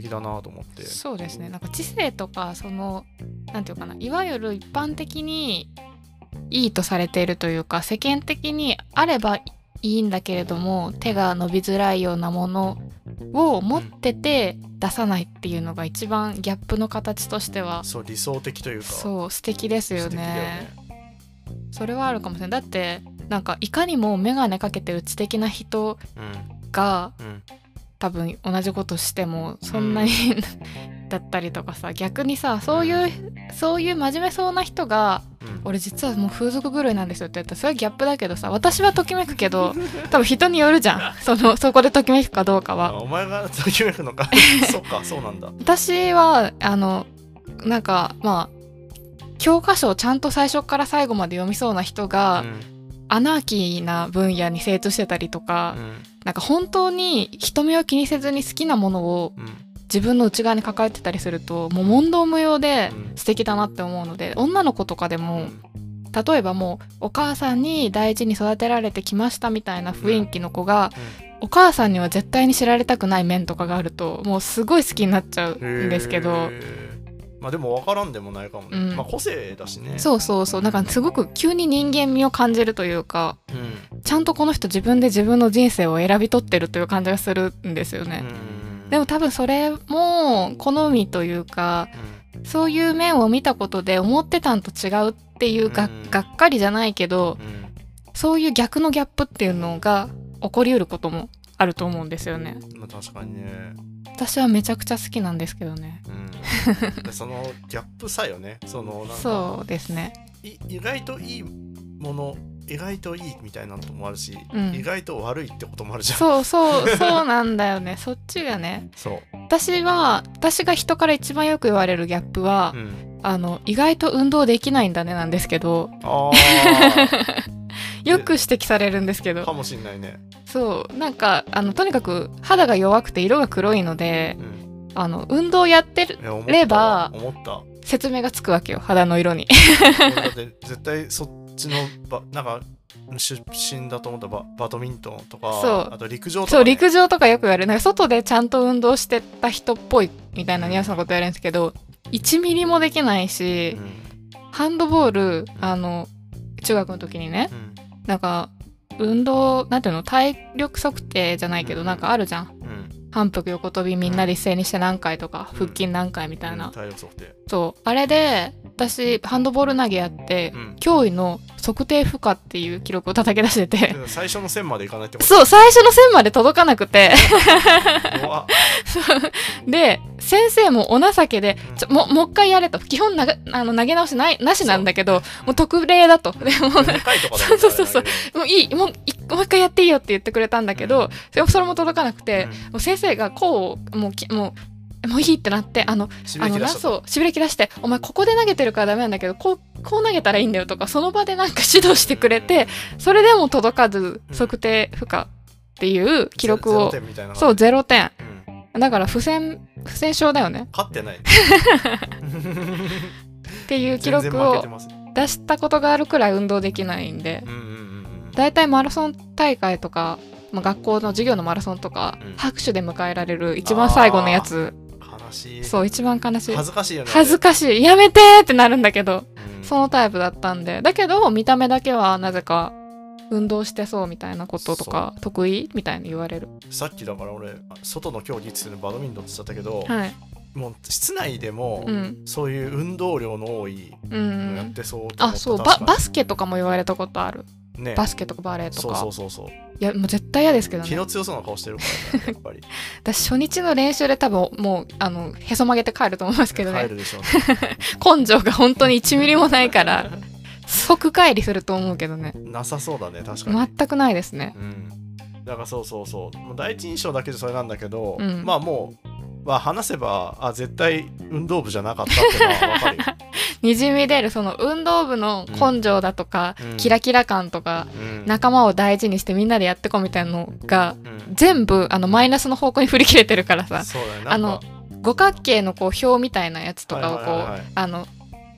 議だなと思ってそうですねなんか知性とかそのなんていうかないわゆる一般的にいいとされているというか世間的にあればいいんだけれども手が伸びづらいようなものを持ってて出さないっていうのが一番ギャップの形としてはそう理想的というかそう素敵ですよ素敵だよねね。それはあるかもしれないだってなんかいかにも眼鏡かけてる知的な人がうんうん多分同じことしてもそんなに、 だったりとかさ逆にさそういうそういう真面目そうな人がうん「俺実はもう風俗狂いなんですよ」って言ったらそれはギャップだけどさ私はときめくけ ど多分人によるじゃんそのそこでときめくかどうかあは。お前がときめくの かそっかそうなんだ私はあのなんかまあ教科書をちゃんと最初から最後まで読みそうな人が、うんアナーキーな分野に精通してたりとか、うんなんか本当に人目を気にせずに好きなものをうん自分の内側に抱えてたりするともう問答無用でうん素敵だなって思うので、女の子とかでうもん例えばもうお母さんに大事に育てられてきましたみたいな雰囲気の子が、お母さんには絶対に知られたくない面とかがあるともうすごい好きになっちゃうんですけど。へーまあでも分からんでもないかもうね、んまあ個性だしねそうそうそうなんかすごく急に人間味を感じるというかうん、うんちゃんとこの人自分で自分の人生を選び取ってるという感じがするんですよね。でも多分それも好みというかそういう面を見たことで思ってたんと違うっていうが,、うんがっかりじゃないけどうんうんそういう逆のギャップっていうのが起こりうることもあると思うんですよね。まあ、確かに ね、私はめちゃくちゃ好きなんですけどね。うん、でそのギャップさよねそのなんかそうですね。い意外といいもの意外といいみたいなのもあるし、うん意外と悪いってこともあるじゃんそう そうそうなんだよね。そっちがね。そう私は私が人から一番よく言われるギャップは、うん、あの意外と運動できないんだねなんですけどあ ーよく指摘されるんですけどかもしんないね、そうなんかあのとにかく肌が弱くて色が黒いのでうん、あの運動やってるいや思ったレバー思った説明がつくわけよ肌の色に俺だって絶対そっちのばなんか出身だと思ったババドミントンとかそうあと陸上とか、ね、 そう陸上とかよく言われるなんか外でちゃんと運動してた人っぽいみたいなニュアンスのこと言われるんですけど1ミリもできないしうんハンドボールあの中学の時にねうんなんか運動なんていうの体力測定じゃないけどなんかあるじゃんうん反復横跳びみんなで一斉にして何回とかうん腹筋何回みたいな体力測定そうあれで私ハンドボール投げやって、うん驚異の測定負荷っていう記録を叩き出してて、でも最初の線までいかないってことそう最初の線まで届かなくて怖っ で先生もお情けでうんちょももう一回やれと基本ながあの投げ直しない なしなんだけどもう特例だとでもでかいとかだよねそうそうそうもういいもういもう一回やっていいよって言ってくれたんだけど、うんでもそれも届かなくあて、れもねう先生がこうもうきもうもういいってなってあのうんしびあれの切らなしたとそうしびれ切らして「お前ここで投げてるからダメなんだけどこうこう投げたらいいんだよ」とかその場でなんか指導してくれてそれでも届かずうん測定負荷っていう記録をゼロ点みたいなそう0点うんだから不戦不戦勝だよね勝ってない っていう記全然録負けをてます、う出したことがあるくらい運動できないんでんうんうんだいたいマラソン大会とか、まあ、学校の授業のマラソンとかうん拍手で迎えられる一番最後のやつうん、悲しいそう一番悲しい恥ずかしいよね恥ずか、かしいやめてーってなるんだけどうんそのタイプだったんでだけど見た目だけはなぜか運動してそうみたいなこととか得意みたいに言われるさっきだから俺外の競技っつってのバドミントンって言っちゃったけど、はいもう室内でも、うんそういう運動量の多いうんうのやっんてそうと思ったあそうバ確かにバスケとかも言われたことあるねバスケとかバレーとそうかそうそうそういやもう絶対嫌ですけど気ねの強そうな顔してるからねやっぱり私初日の練習で多分もうあのへそ曲げて帰ると思います けど入ねるでしょうね根性が本当に1ミリもないから 即帰りすると思うけどねなさそうだね確かに、全くないですねうんだからそうそうそうもう第一印象だけでそれなんだけど、うんまあもう、まあ、話せばあ絶対運動部じゃなかったってのはわ かるよ、にじみ出るその運動部の根性だとか、うんキラキラ感とかうん仲間を大事にしてみんなでやってこみたいなのがうん全部あのマイナスの方向に振り切れてるからさそうだねあなんのか五角形のこう表みたいなやつとかをこう、はいはいはいはいあの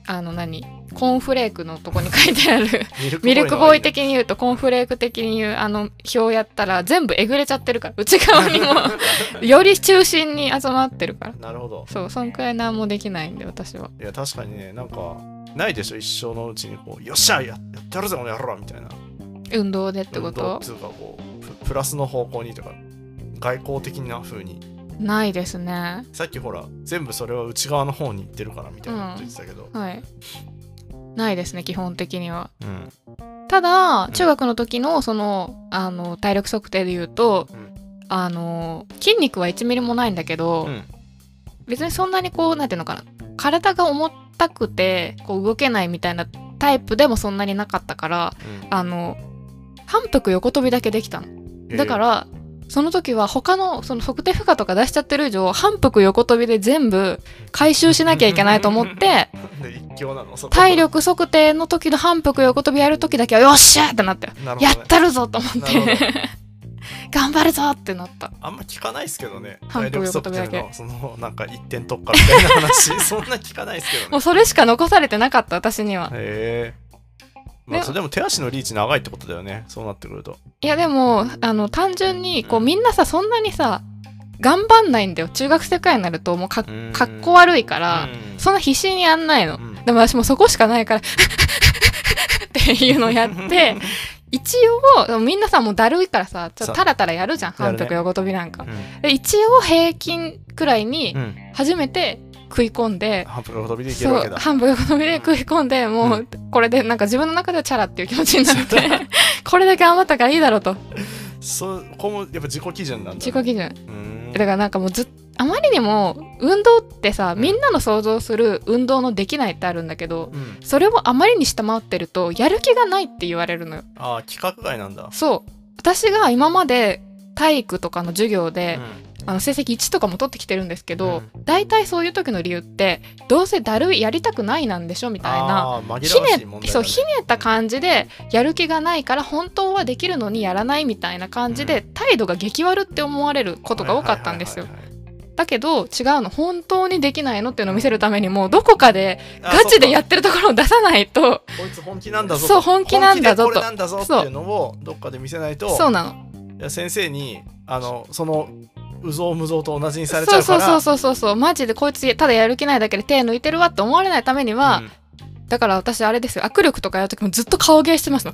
あの何コーンフレークのとこに書いてあるミルクミルクボーイ的的に言うとコーンフレーク的に言うあの表やったら全部えぐれちゃってるから内側 にもより中心に集まってるから なるほどそうそんくらい何もできないんで私はいや確かにねなんかないでしょ一生のうちにこうよっしゃややってやるぞこの野郎みたいな運動でってこ運動とっていうかこうププラスの方向にとか外交的な風にないですねさっきほら全部それは内側の方に行ってるからみたいなこと言ってたけど、はいないですね基本的にはうんただん中学の時のそのあの体力測定で言うと、うんあの筋肉は1ミリもないんだけど、うん別にそんなにこうなんていうのかな体が重たくてこう動けないみたいなタイプでもそんなになかったからあの反復横跳びだけできたのうんだから、その時は他のその測定負荷とか出しちゃってる以上反復横跳びで全部回収しなきゃいけないと思ってえーで一強なのそこ体力測定の時の反復横跳びやる時だけはよっしゃーってなったよなるほどねやったるぞと思っなるほて 頑張るぞってなったあんま聞かないですけどね反体復力横跳測びだけ定のそのなんか一点突破みたいな話 そんな聞かないですけどもねうそれしか残されてなかった私にはへえまあでそれでも手足のリーチ長いってことだよねそうなってくるといやでもあの単純にこううんみんなさそんなにさ頑張んないんだよ中学生くらいになるともうかうんかっこ悪いから、うんそんな必死にやんないの、うんでも私もうそこしかないから っていうのをや って一応でもみんなさもうだるいからさちょっそとうタラタラやるじゃんやる反ね復横跳びなんか、うで一応平均くらいにんうん初めて食い込んで、反復横跳びでいけるそわけうだ半分横跳びで食い込んで、もううこれでなんか自分の中ではチャラっていう気持ちになって これだけ頑張ったからいいだろうとそうここもやっぱ自己基準なんだ自己基準基準だからなんかもうずっあまりにも運動ってさみんなの想像する運動のできないってあるんだけどうんそれをあまりに下回ってるとやる気がないって言われるのよああ企画外なんだそう私が今まで体育とかの授業うで、んあの成績1とかも取ってきてるんですけど、う大体そういう時の理由ってどうせだるいやりたくないなんでしょみたいなああ紛ひらわしねい問題だねそうひねった感じでやる気がないから本当はできるのにやらないみたいな感じで、態度が激悪って思われることが多かったんですよはいはいはいはいだけど違うの本当にできないのっていうのを見せるためにもうどこかであガチでやそってるところを出さないとっかこいつ本気なんだぞそう本気なんだぞと本気でこれなんだぞっていうのをどっかで見せないとそうなのいや先生にあのそのうぞうむぞうと同じにされちそゃううかそうらそうそうそうそうマジでこいつただやる気ないだけで手抜いてるわって思われないためには、うんだから私あれですよ握力とかやる時もずっと顔芸してますの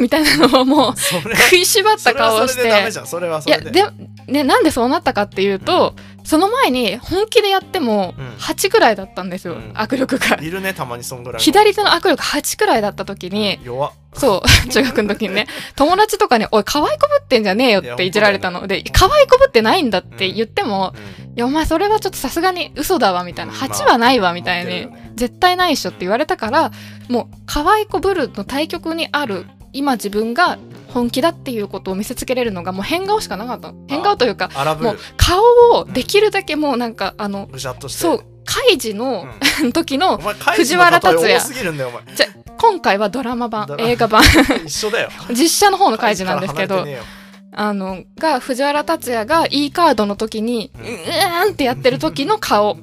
みたいなのを もうそれ食いしばっそたれは顔をしそれでダメてじゃんそれはいそやれででねなんでそうなったかっていうと、その前に本気でやってもうん8くらいだったんですよ、うん握力がいるねたまにそんぐらいの左手の握力8くらいだった時に、弱っそう、 中学の時にね、友達とかに、おい、可愛こぶってんじゃねえよいやっていじられたの。で、可愛こぶってないんだって言っても、ういんや、お前、それはちょっとさすがに嘘だわ、みたいな。うん8はないわ、みたい持ってるよに。ね絶対ないっしょって言われたから、もう、可愛こぶるの対極にある、今自分が本気だっていうことを見せつけれるのが、もう変顔しかなかったの。変顔というか、荒ぶもうる、顔をできるだけもうなんか、あの、ぐしゃっとしてそう、開示うの ん時おの、前怪藤人の例原え竜也多すぎるんだよおじゃ、今回はドラマド版、ラマ映画 版、前一緒だよ 実写の方の開示なんですけど怪人から離れてね、えよあのが藤原竜也が E カードの時にううんーんってやってる時の顔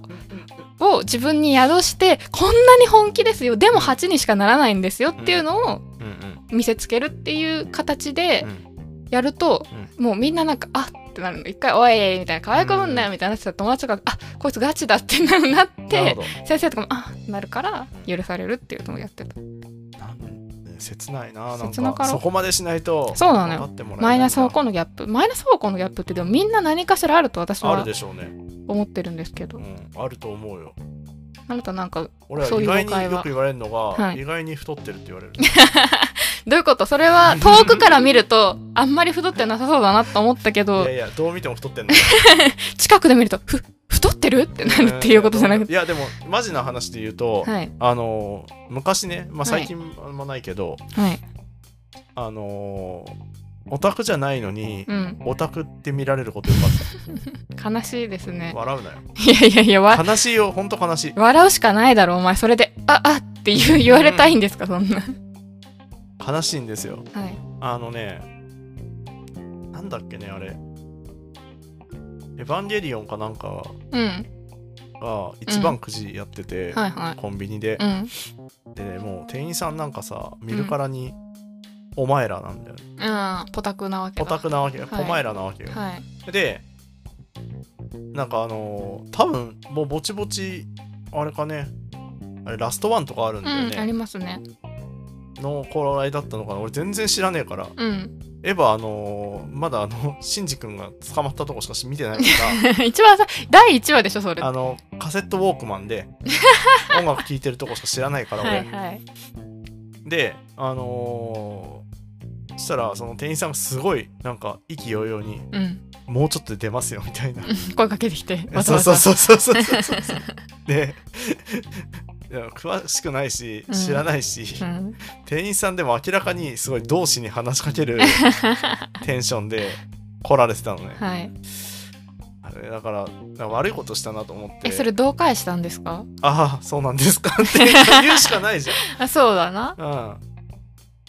を自分に宿してこんなに本気ですよでも8にしかならないんですよっていうのをうんうん見せつけるっていう形でうんやるともうみんななんかあってなるの一回「おい」みたいな「可愛くもんなよ」みたいになってた友達とかがあこいつガチだってななっなるてほ先生とかもあなるから許されるっていうのをやってたどなん切ないななん切なかかろそこまでしないとそうなのよ分かってもらえマないイんだナス方向のギャップマイナス方向のギャップってでもみんな何かしらあると私あるはでしょうね思ってるんですけうどんあると思うよあなたなんか俺はそうい意う外誤解にはよく言われるのがはい意外に太ってるって言われるどういうことそれは 遠くから見るとあんまり太ってなさそうだなと思ったけいやどいやどう見ても太ってんの近くで見るとふ太ってるってなる っていうことじゃなくて いやでもマジな話で言うと、はいあのー昔ね、まあ、はい最近あんまないけど、はいあのーオタクじゃないのに、うんオタクって見られることよかっ悲しいですたね笑うなよ いやいやいやわ悲しいよほんと悲しい笑うしかないだろお前それでああって言う言われたいんですかそんな悲しいんですよはいあのねなんだっけねあれエヴァンゲリオンかなんかうんが一番くじやってて、はいはい。コンビニでう、ん。でねもう店員さんなんかさ見るからに「お前ら」なんだよねうん。ポタクなわけだ。オタクなわけよ、はいお前らなわけよ、はい。でなんかあのー多分もうぼちぼちあれかねあれラストワンとかあるんだようん。ありね、ますね。の頃合いだったのかな俺全然知らねえからうん。 エヴァあのーまだあの シンジ君が捕まったとこしか見てないか一番さ、第一話でしょ、それ。 らあのカセットウォークマンで音楽聴いてるとこしか知らないから俺、はいはい。であのーそしたらその店員さんがすごいなんか意気揚々にうん。 「もうちょっとで出ますよ」みたいな声かけてきて。わざそうわそうざ。そうそうそうそうそう でいや詳しくないしうん知らないし、うん。店員さんでも明らかにすごい同志に話しかけ るテンションで来られてたのね、はい。あれだからなんか悪いことしたなと思ってえ、それどう返したんですかああそうなんですかって言うしかないじあ、そうだな。 ゃん、うん、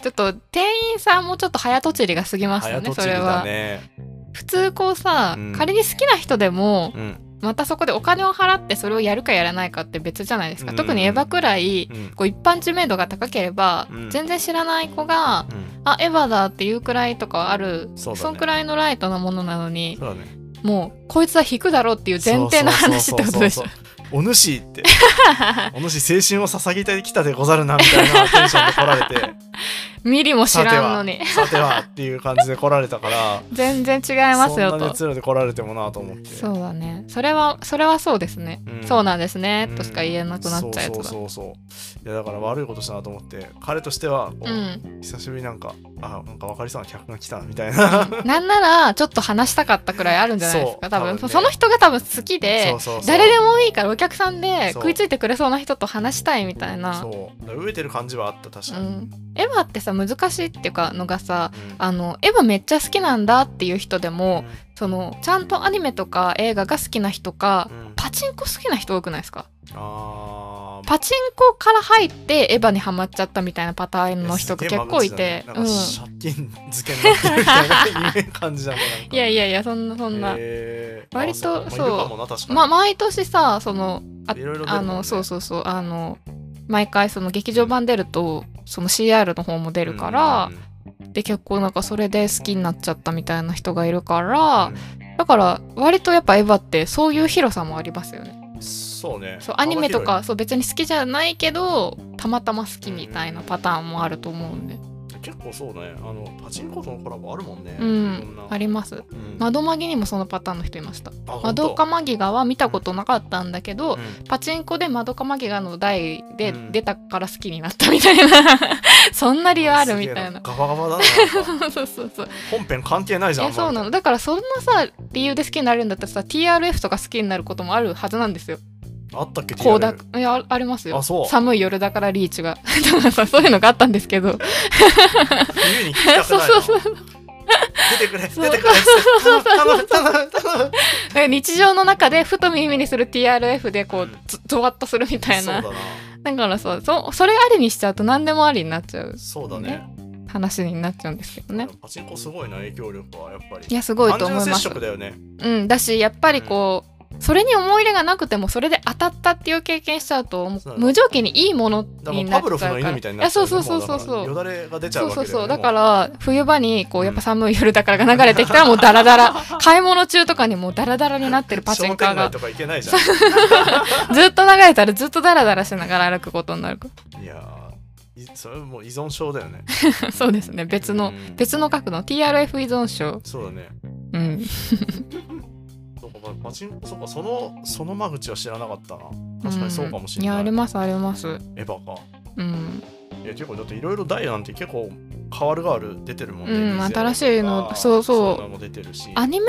ちょっと店員さんもちょっと早とちりが過ぎました早ねとそちりれだはね普通こうさ、うん仮に好きな人でもうんまたそこでお金を払ってそれをやるかやらないかって別じゃないですか、うん特にエヴァくらいうんこう一般知名度が高ければ、うん全然知らない子が「うんあエヴァだ」っていうくらいとかあるそうだんねくらいのライトなものなのにそうだねもうこいつは引くだろうっていう前提の話ってことで しょそうそうそうそうお主ってお主青春を捧げてきたでござるなみたいなテンションで来ら れて見りも知さてらんのはにさてはっていう感じで来られたから全然違いますよそんなと熱量で来られてもなと思ってそうだねそれはそれはそうですね、うんそうなんですね、うんとしか言えなくなっちゃうやつだそうそうそうそういやだから悪いことしたなと思って彼としてはこう、うん、久しぶりになんかあなんか分かりそうな客が来たなみたいななんならちょっと話したかったくらいあるんじゃないですそかう多分多分ねその人が多分好きで そうそうそう誰でもいいからお客さんでそう食いついてくれそうな人と話したいみたいなそうだから飢えてる感じはあった確かうに、うんん、エヴァってさ難しいっていうかのがさあのエヴァめっちゃ好きなんだっていう人でもそのちゃんとアニメとか映画が好きな人かうんパチンコ好きな人多くないですかあーパチンコから入ってエヴァにハマっちゃったみたいなパターンの人がすげえ結構いて、間う口だねなんん、か借金漬けになってるみたいなイメージ感じだねなん かいやいやいやそんなそんな、へー割とあそうまあいるかもな確かにま、毎年さそのあいろいろ出るもんねあのそうそうそうあの毎回その劇場版出るとその CR の方も出るからうん、うんで結構なんかそれで好きになっちゃったみたいな人がいるかうらん、だから割とやっぱエヴァってそういう広さもありますよねそうねそうアニメとかそう別に好きじゃないけどたまたま好きみたいなパターンもあると思うんで幅広い結構そうねあのパチンコとのコラボあるもんね、ういろんなありますうん窓マギにもそのパターンの人いましたあマドカマギガは見たことなかったんだけど、本当うんパチンコでマドカマギガの台でうん出たから好きになったみたいな、 そんな理由あるみたいなすげえガバガバだ ななんかそうそうそう本編関係ないじいゃんやそうなのだからそんなさ理由で好きになるんだったらさ TRF とか好きになることもあるはずなんですよあったっけ高 TRF いやあありますよあそう寒い夜だからリーチが だからさそういうのがあったんですけど そう冬に聞きたくないのそうそう出てくれ出てそくうれそうそう頼む頼む頼む日常の中でふと耳にする TRF でこううんゾゾワッとするみたいそうだななだからさそそれありにしちゃうと何でもありになっちゃうそうだね話になっちゃうんですけどねパチンコすごいな影響力はやっぱりいやすごいと単思い純ま接す触だよねうん、だしやっぱりこう、それに思い入れがなくてもそれで当たったっていう経験しちゃうともうそうだね無条件にいいものだからにもうなっパちゃブロうフかのら犬みたいにいなっやちゃそううねそうそうそうそうもだからようだれが出ちゃそううわけそだうそうよねだもうから冬場にこうやっぱ寒い夜だから流れてきたらもうダラダ ラ買い物中とかにもうダラダラになってるパチンカー商店街がとか行けないじゃんずっと流れたらずっとダラダラしながら歩くことになるかいやーいそれもう依存症だよね。ら そうですね別のうん別の角度 TRF 依存症そうだね。うんそうかまあパチンコそうかそのその間口は知らなかったな。確かにそうかもしんいれやなあい。りますありますエヴァか。うんいや結構だっていろいろダイヤなんて結構変わる変わる出てるもんね。うんリゼロとか新しいのそうそうそんなのも出てるし。アニメ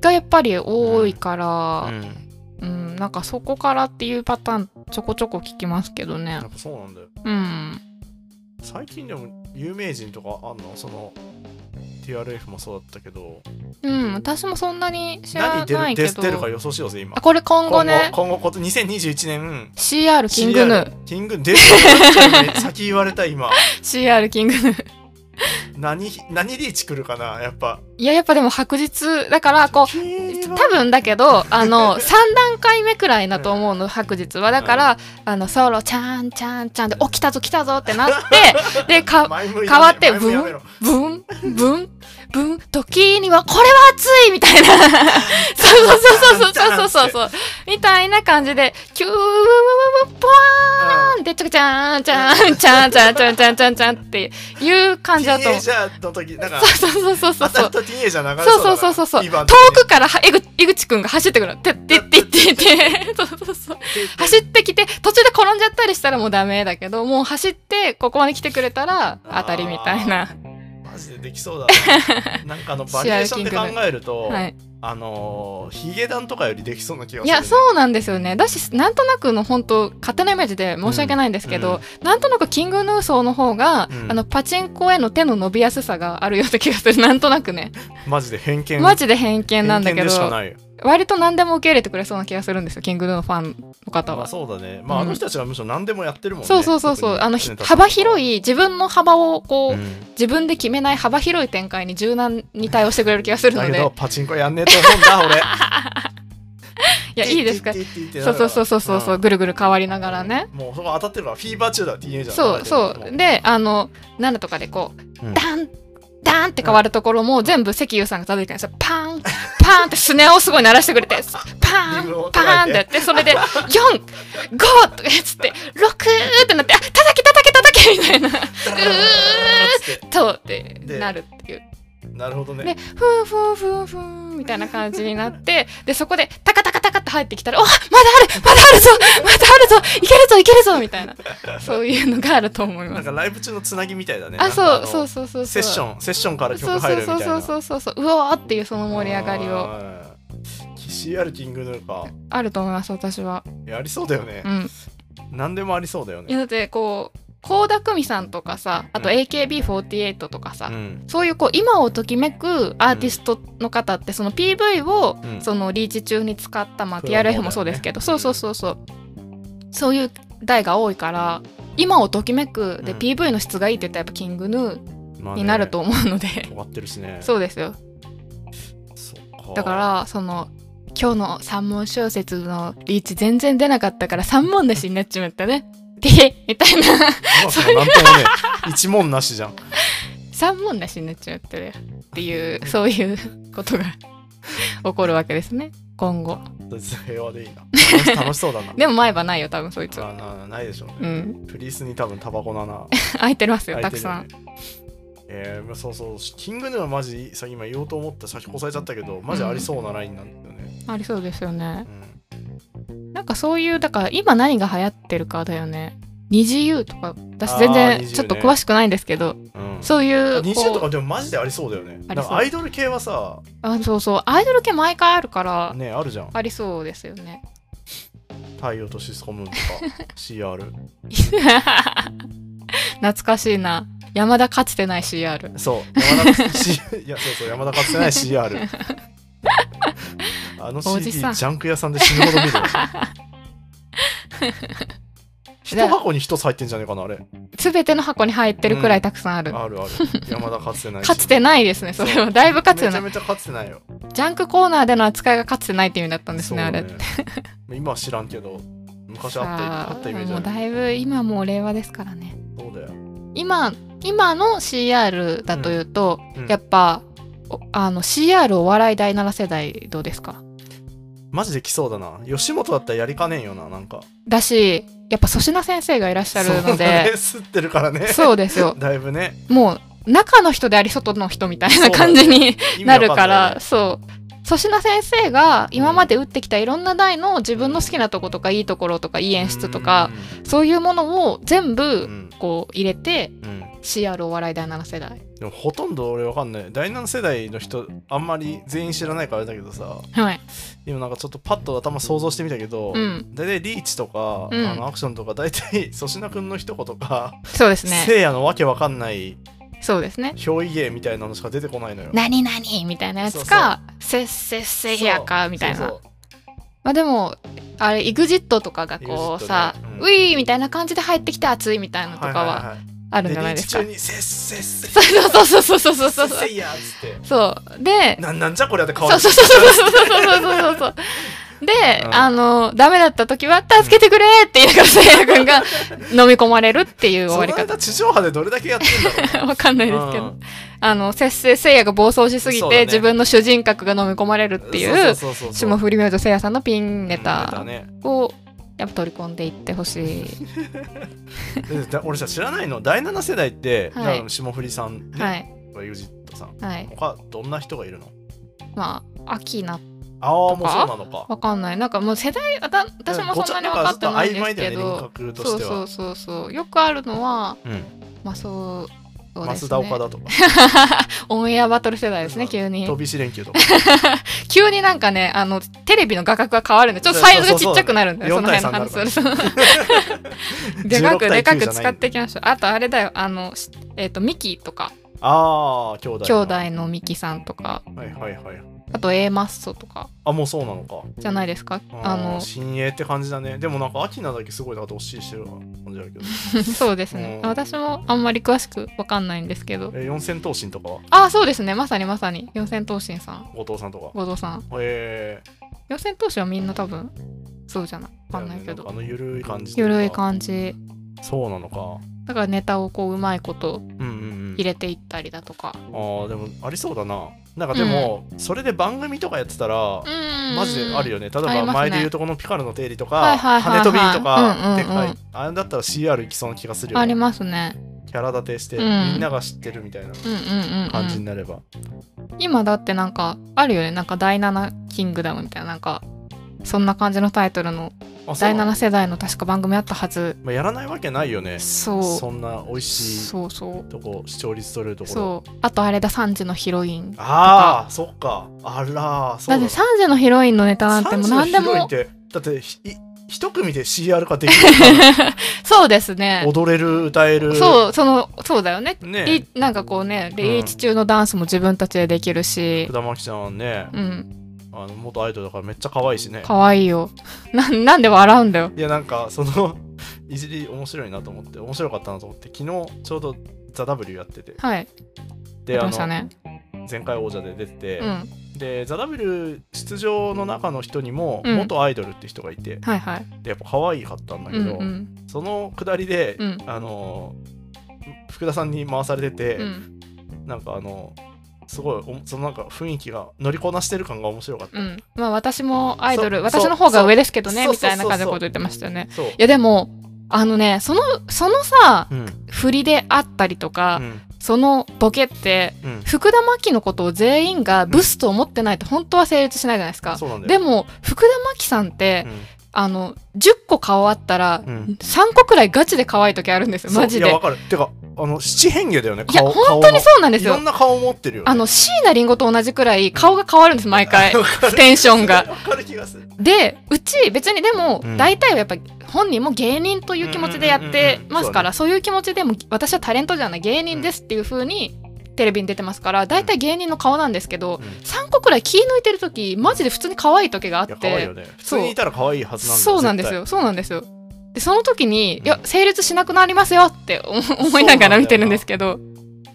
がやっぱり多いから、うん、うん、なんかそこからっていうパターンちょこちょこ聞きますけどねやっ。ぱそうなんだよ。うん。最近でも有名人とかあんのその TRF もそうだったけどうん、私もそんなに知ら何出ないるけ出ど。出るか予想しようぜ今あ。これ今後ね、今後今後2021年 CR キングヌー。キングヌー出ると思っちゃうね先言われた今 CR キングヌー。 何何リーチくるかなやっぱいややっぱでも白日だから こう多分だけどあの3段階目くらいだと思うの白日はだからあのソロちゃんちゃんちゃんで「起きたぞ来たぞ」ってなって でか前向いて変わって前向いやめろブンブンブン時にはこれは熱いみたいなそうそうそうそうそうそうそうそうみたいな感じでキューブブブブポワーンでちゃくちゃーんちゃーんちゃーんちゃーんちゃーんちゃーんちゃーんちゃーんっていう感じだテと思ィーンエうイジャーの時なんかそうそうそうそう当そたうるとティーンエイジャー流それうだそうなそうそうそう2番遠くからは江口江口くんが走ってくるの。てってってってって。そうそうそう。走ってきて、途中で転んじゃったりしたらもうダメだけど、もう走って、ここまで来てくれたら当たりみたいな。マジでできそうだななんかあのバリエーションでシェアキング考えると、はい。あのーヒゲダンとかよりできそうな気がするいや、そうなんですよね。だし、なんとなくの本当勝手なイメージで申し訳ないんですけど、なんとなくキングヌーソーの方が、うんあの、パチンコへの手の伸びやすさがあるような気がする。なんとなくね。マジで偏見マジで偏見なんだけ偏見でどし、かないよ割と何でも受け入れてくれそうな気がするんですよ。キングヌーのファンの方まあは。そうだねまあ、うんあの人たちはむしろ何でもやってるもんねそうそうそうそうあのひ幅広い、い自分の幅をこう、うん自分で決めない幅広い展開に柔軟に対応してくれる気がするのだでけどパチンコやんねえと思うん だ俺いやいいですかティッティッティッそうティッそうてそうそうそうそう、んぐるぐる変わりながらね、もうそこ当たってるからフィーバー中だティーンエイジャーそうそもうであのなんだとかでこう、うんダンダンって変わるところも全部関優さんが叩いてるんですよパンパンってスネアをすごい鳴らしてくれてパリブンを叩いてパンってやってそれで45とかつって6ってなってあ叩け叩け叩けみたいなダラーッつっそうってでなるっていうてなるほどねで、ふんふんふんふんみたいな感じになって、で、そこで、タカタカタカって入ってきたら、おまだあるまだあるぞまだあるぞいけるぞいけるぞみたいな、そういうのがあると思いなまんす。かライブ中のつなぎみたいだねあ、なんかそうのそうそうそうそう。セッションセッションからそ曲う入そるうみたいそうなそうそうそうそううわーっていうその盛り上がりをあーキシアルキングヌーかあると思います私はやりそうだよねう、ん何でもありそうだよいやねだってこう倖田來未さんとかさあとうん AKB48 とかさ、うんそういうこう今をときめくアーティストの方ってその PV をうんそのリーチ中に使った、まあ、それはもう TRF もそうですけどだよそうそねうそうそうそういう台が多いから今をときめくで、うん PV の質がいいって言ったらやっぱキングヌーまあねになると思うので、尖ってるしねそうですよそっだからその今日の三問小説のリーチ全然出なかったから三問なしになっちまったねでみたいな まあそれなんともね一問なしじゃん三問なしになっちまったねっていうそういうことが 起こるわけですね今後平和でいいな楽し楽しそうだなでも前歯ないよ多分そいつはあなないでしょうね、うん プリースに多分タバコの穴空いてますよ開いたてくるよさねんえー、そうそうキングヌーはマジさ今言おうと思った先越されちゃったけどマジありそうなラインなんだよね、ありそうですよねうんなんかそういうだから今何が流行ってるかだよね。二次 U とか私あー全然二次 U ちょっと詳しくないんですけど、うんそういうこう20とかでもマジでありそうだよねありそうなんかアイドル系はさあそうそうアイドル系毎回あるから、ねあるじゃんありそうですよね。太陽とシス コムーンとか CR 懐かしいな山田かつてない CR そう山田 C いやそうそう山田かつてない CR あのお CD じジさんャンク屋さんで死ぬほど見る 一箱に一つ入ってんじゃねえかなあれ全ての箱に入ってるくらいたくさんある、あるある山田かつてないかつてないですねそれはだいぶかつてめちなゃいめちゃかつてないよジャンクコーナーでの扱いがかつてないっていう意味だったんですねあれそうね 今は知らんけど昔さあったあったイメージもうあるだいぶ今もう令和ですからねそうだよ今今の CR だというと、うんやっぱおあの CR お笑い第7世代どうですかマジで来そうだな吉本だったらやりかねえよななんかだしやっぱ粗品先生がいらっしゃるそうのだねで吸ってるからねそうですよ だいぶねもう中の人であり外の人みたいな感じに意味なわるかんかないよらそう粗品先生が今まで打ってきたいろんな台の自分の好きなとことかいいところとかいい演出とかそういうものを全うんう部んこう入れてうん CR お笑い第7世代でもほとんど俺わかんない第7世代の人あんまり全員知らないからあれだけどさはい今なんかちょっとパッと頭想像してみたけど、うん大体リーチとか、うんあのアクションとか大体粗品くんの一言か、そうですねせいやのわけわかんないそうですね憑依芸みたいなのしか出てこないのよ。何々みたいなやつかせっせっせやかみたいなそうまあでもあれ EXIT とかがこう EXIT さ、ねうんウィーみたいな感じで入ってきて熱いみたいなそのとうかいは,、いいあるんでじゃないリでーチすか 中。に「せっせっせっそう そうそうそうそうそうそせうっ。や」っつってそう。 「で、なんなんじゃこりゃ」って顔そうそうそうそうそうそうそうそうそう。で、うんあの、ダメだった時は、助けてくれって言いながら、せいやくんが飲み込まれるっていう終そわりの方。間地上波でどれだけやってんだろうわかんないですけうどん。あの、せっせいせいやが暴走しすぎそうて、だね自分の主人格が飲み込まれるっていう、そうそうそうそう霜降り明星せいやさんのピンネだタねを、やっぱ取り込んでいってほしい。でだ俺さ知らないの第7世代って、はいなんか霜降りさんねはい。とか EXIT さんはい。他どんな人がいるのまあ、秋な、ああもうとかそうなのかわかんない。なんかもう世代、あた私もそんなに分かってないんですけどごちゃなんか、ずっと曖昧だよね輪郭とそしうてはそうそうそう。よくあるのは、うんまあそうそうです増ね。田岡田とかオンエアバトル世代ですね、急に 飛。び石 連休とか急になんかね、あの、テレビの画角が変わるんで、ちょっとサイズがちっちゃくなるんで、そそうのそう辺そのう話す4対る。 3そう でかく、 16でか対9くじゃない使ってきました。あとあれだよ、あの、しえっ、と、ミキとか、ああ兄弟兄弟のミキさんとか、はいはいはいあと A マッソとか、あもうそうなのかじゃないですか。ああのの、 新鋭って感じだねでもなんかアキナだけすごいなんかどっしりしてる感じだけどそうですね。うん私もあんまり詳しくわかんないんですけど。え四千頭身とかはああ、そうですね。まさにまさに。四千頭身さん、後藤さんとか後藤さん。へえ四千頭身はみんな多分、そうじゃない。わかんないけあど。のゆるい感じとうゆかるい感じ。そうなのかだからネタをこう、うまいことうんうんうん入れていったりだとか。あーでもありそうだななんかでも、それで番組とかやってたら、うん。マジであるよね例えありますばね前で言うとこのピカルの定理とはかいはいはいはい羽飛びとかってうんうんうかんいあれだったら CR いきそうな気がするあよりねますね。キャラ立てして、うんみんなが知ってるみたいなうんうんうん、感じうにん。なれば、今だってなんか、あるよね。なんか、第七キングダムみたいな、なんか、そんな感じのタイトルの、あそう第なの七世代の確か番組あったはず。まあ、やらないわけないよねそう。そんな美味しいそうそう。とこ視聴率取れるところそう。あと、あれだ、3時のヒロイン。ああそっかあらーそだうって3時のヒロインのネタなんてもう何で3も時のヒロインってだってひい一組で CR 化できる そうです ね踊れる歌えるそうそのそうだよねうねリなんかこうねリーチ中のダンスも自分たちでできるし福田真紀ちゃんはねうんあの元アイドルだからめっちゃ可愛いしね可愛いよ ななんで笑うんだよいやなんかその いじり面白いなと思って面白かったなと思って昨日ちょうど「ザ・ w やっててはいでやってあましたのね前回王者で出てて、うんで「ザ・ w 出場の中の人にもうん元アイドルって人がいて、はいはいでやっぱ可愛かったんだけうんど、うんそのくだりで、うんあの福田さんに回されてて、うんなんかあのすごいおそのなんか雰囲気が乗りこなしてる感が面白かった、うんまあ私もアイドルそう私の方が上ですけどねそうみたいな感じのこと言ってましたよねそういやでもあのねそのそのさうん振りであったりとか、うんそのボケってうん福田真紀のことを全員がブスと思ってないと本当は成立しないじゃないですか。そうなんだでよも福田真紀さんって、あの10個顔あったら、うん3個くらいガチで可愛い時あるんですうよんマジそういやでわ。かるてかあの七変化だよねいや顔本当にそうなんですいよろん。な顔持ってるよ、ね、あ の椎名林檎と同じくらい顔が変わるんです毎回テンションが。わかる気がするでうち別にでも、うん大体はやっぱ本人も芸人という気持ちでやってますから、そういう気持ちでも私はタレントじゃない芸人ですっていう風にテレビに出てますから大体芸人の顔なんですけど、ん3個くらい気抜いてる時マジで普通に可愛い時があっいや可愛いよてね普通にいたら可愛いはずなんだそうなんですよそうなんですよでその時に、いや成立しなくなりますよって思思いながら見てるんですけど絶対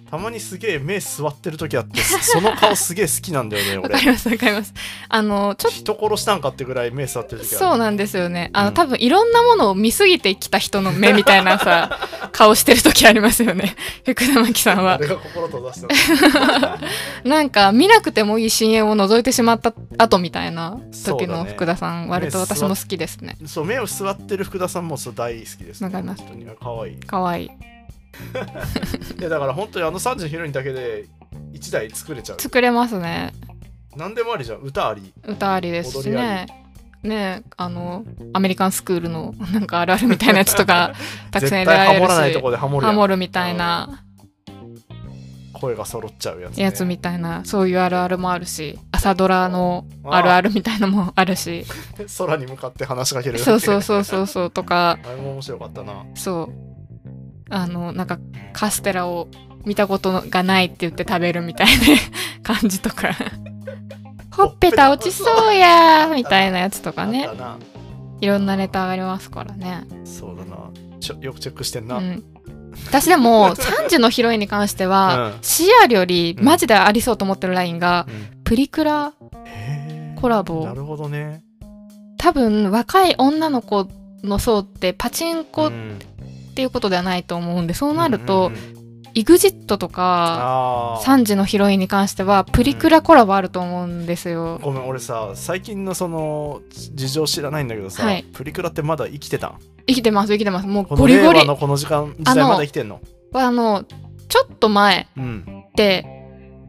たまにすげえ目座ってる時あってその顔すげえ好きなんだよねわ か俺りますわかりますあのちょっと人殺したんかってぐらい目座ってる時あそうなんですよねあの、うん多分いろんなものを見すぎてきた人の目みたいな さ顔してる時ありますよね 福田真紀さんるは俺が心閉ざしたの なんか見なくてもいい深淵を覗いてしまった後みたいな時そうだのね福田さん、割と私も好きですねそう目を座ってる福田さんもそう大好きですわかります本当に可愛い可愛いいやだから本当にあの3時のヒロインだけで1台作れちゃう作れますね何でもありじゃん歌あり歌ありですし踊りあねねあのアメリカンスクールの なんかあるあるみたいなやつと かたくさん入れ絶対らハれモるらないとしこでハモるやハんモるみたいな声が揃っちゃうやつ、ね、やつみたいなそういうあるあるもあるし朝ドラのあるあるるみたいなのもあるし空に向かって話しかけるそうそうそうそうそうとかあれも面白かったなそうあのなんかカステラを見たことがないって言って食べるみたいな 感じとかほっぺた落ちそうやーみたいなやつとかねあったないろんなネタがありますからねそうだなちょよくチェックしてんうな、ん私で も3時のヒロインに関しては、うんシアよりマジでありそうと思ってるラインが、うんプリクラへーコラなボるほどね。多分若い女の子の層ってパチンコうっんていうことではないと思うんで、そうなると、うんうんうん EXIT とかあー3時のヒロインに関してはプリクラコラボあると思うんですよ。ごめん俺さ最近のその事情知らないんだけどさ、はいプリクラってまだ生きてたん生きてます生きてますもうこゴのリ令ゴリ和あののこの時間時あ代のまだ生きてんのちょっと前うんって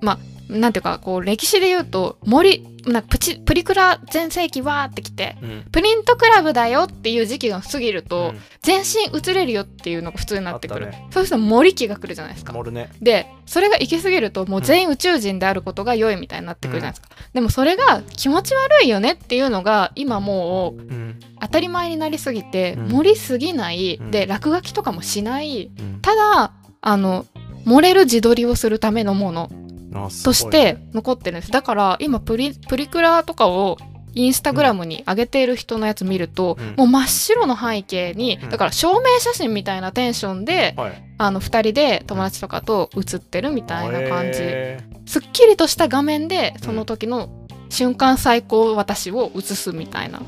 まあなんていうかこう歴史で言うと森なんかプチプリクラ全盛期わーってきてうんプリントクラブだよっていう時期が過ぎると、うん全身映れるよっていうのが普通になってくある、ったそうすると森期が来るじゃないですか盛るねでそれが行き過ぎるともう全員宇宙人であることが良いみたいになってくるじゃないですか、でもそれが気持ち悪いよねっていうのが今もううん当たり前になりすぎて、うん盛りすぎない、うんで落書きとかもしないうんただあの盛れる自撮りをするためのものあすごといして残ってるんですだから今プリプリクラとかをインスタグラムに上げている人のやつ見ると、うんもう真っ白の背景に、うんだから証明写真みたいなテンションではいあの2人で友達とかと写ってるみたいな感じ、へーすっきりとした画面でその時の瞬間最高私を写すみたいな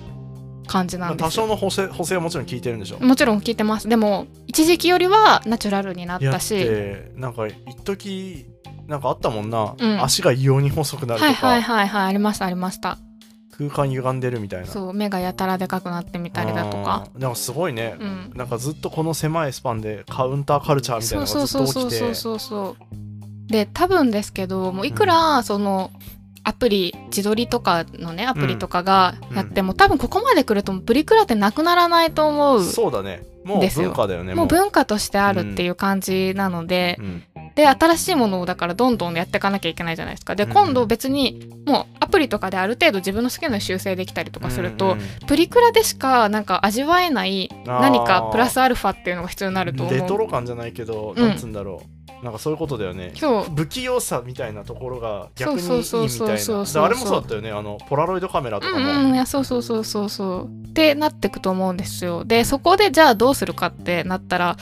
感じなまあんで多すよ少の補正補正はもちろん聞いてるんでしょもちろん聞いてますでも一時期よりはナチュラルになっいやたしってなんか一時なんかあったもんな、うん足が異様に細くなるとか、はいはいはいはいありましたありました空間歪んでるみたいなそう目がやたらでかくなってみたりだとかあーでもすごいねう、んなんかずっとこの狭いスパンでカウンターカルチャーみたいそなうのそがうずそっうそと起うきてそうそうで多分ですけどもういくらそのアプリ自撮りとかのねアプリとかがやっても、多分ここまで来るともうプリクラってなくならないと思うそうだねもうですよ文化だよねもう文化としてあるっていう感じなので、うんで新しいものをだからどんどんやっていかなきゃいけないじゃないですかでうん今度別にもうアプリとかである程度自分の好きなのに修正できたりとかすると、うんうんプリクラでしかなんか味わえないあー何かプラスアルファっていうのが必要になるとレト思うロ感じゃないけど、うんなんつうんだろうなんかそういうことだよね今日不器用さみたいなところが逆にいいみたいそうそうそうそうそうそうなであれもそうだったよねあのポラロイドカメラとかうも、んうんいやそうそうそうそうそうってなってくと思うんですよでそこでじゃあどうするかってなったら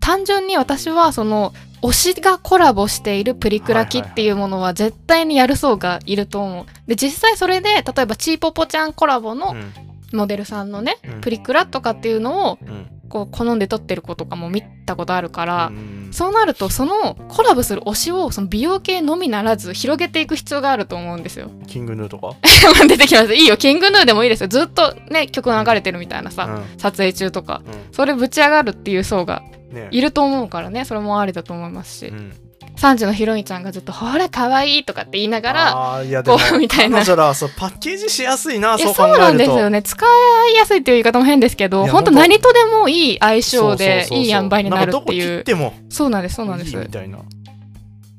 単純に私はその推しがコラボしているプリクラ機っていうものは絶対にやる層がいると思うで実際それで例えばちーぽぽちゃんコラボのうんモデルさんのね、うんプリクラとかっていうのをうんこう好んで撮ってる子とかも見たことあるから、うんそうなるとそのコラボする推しをその美容系のみならず広げていく必要があると思うんですよ。キングヌーとか、出てきましたいいよキングヌーでもいいですよずっとね曲流れてるみたいなうさ、ん撮影中とかうそれぶち上がるっていう層がんねいると思うからねそれもありだと思いますし、うん3時のヒロインちゃんがずっと「ほら可愛いとかって言いながら。あーいやでもこうみたいな彼女らはそうパッケージしやすいなえそうそ考うなんえるでとすよね使いやすいっていう言い方も変ですけどいや本当本当何とでもいい相性でそうそうそうそういい塩梅になるっていなんかどこ切っうてもそうなんですそうなんでいすいみたいな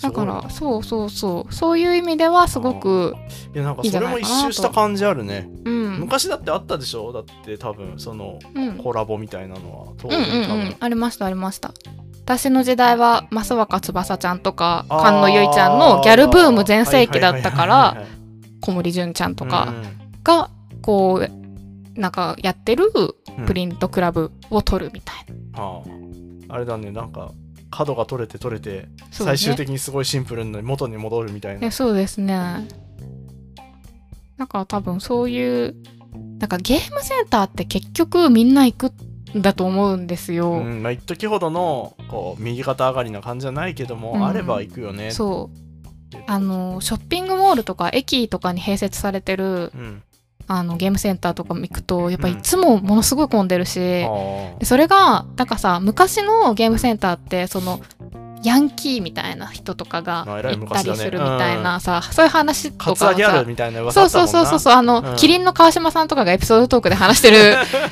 だからそうそうそうそういう意味ではすごくすごいいやなんかいいんじそゃれないかもな一と周した感じあるね、うん昔だってあったでしょだって多分そのうんコラボみたいなのは当うん然うん多分、うんありましたありました私の時代は益若翼ちゃんとか菅野由衣ちゃんのギャルブーム全盛期だったから小森純ちゃんとかがこうなんかやってるプン、リントクラブを撮るみたいな、うんあーあれだねなんか角が取れて取れて、そうで最す終ね的にすごいシンプルに元に戻るみたいな、ねそうですねなんか多分そういうなんかゲームセンターって結局みんな行くんだと思うんですよ、うんまあ一時ほどのこう右肩上がりな感じじゃないけども、うんあれば行くよねそうあのショッピングモールとか駅とかに併設されてるうんあのゲームセンターとかも行くとやっぱうんいつもものすごい混んでるし、あでーそれがなんかさ昔のゲームセンターってそのヤンキーみたいな人とかがあえらい行った昔だりねするみたいなさ、そういう話カとツアかゲあさるみたいな噂そだうったそもうんなそうそうそうあの、うんキリンの川島さんとかがエピソードトークで話してる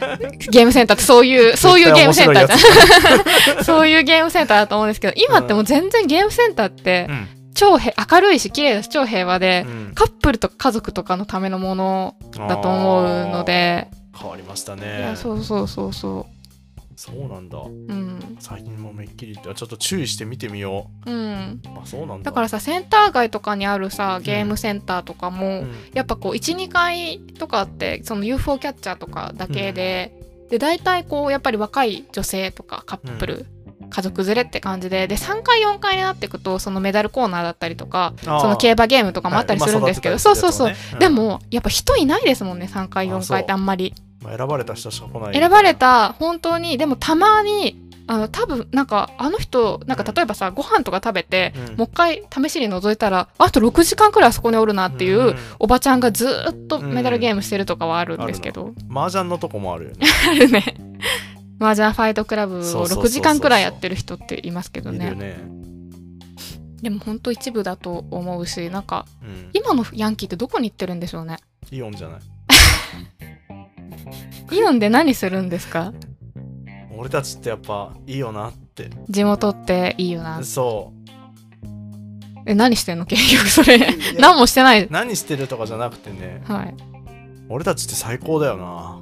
ゲームセンターってそういうそういうゲームセンターじゃ絶対面白いやつん そういうゲームセンターだと思うんですけど今ってもう全然ゲームセンターってうん超へ明るいし綺麗だし超平和で、うんカップルとか家族とかのためのものだと思うので、あー変わりましたいねやそうそうそうそそうなんだううん、最近もめっきり言ってちょっと注意して見てみようん、うあそうなんだだからさセンター街とかにあるさゲームセンターとかも、うんやっぱこう12階とかってその UFO キャッチャーとかだけで、で大体こうやっぱり若い女性とかカップル家族連れって感じでで3回4回になっていくとそのメダルコーナーだったりとかそその競馬ゲームとかもあったりするんですけど、そうそうそう、で、もやっぱ人いないですもんね3回あ4回ってあんまりまあ選ばれた人しか来ない選ばれた本当にでもたまにあの多分なんかあの人なんかうん例えばさ、ご飯とか食べて、うんもう一回試しに覗いたらあと6時間くらいあそこにおるなっていう、うんおばちゃんがずーっとメダルゲームしてるとかはあるんですけど、麻雀のとこもあるよねあるね 麻雀ファイトクラブをそうそうそうそう6時間くらいやってる人っていますけどいねるよね、でも本当一部だと思うしなんかうん、今のヤンキーってどこに行ってるんでしょうねイオンじゃないイオンで何するんですか俺たちってやっぱいいよなって地元っていいよなそえ何してんの結局それう何もして ない何してるとかじゃなくてねはい俺たちって最高だよな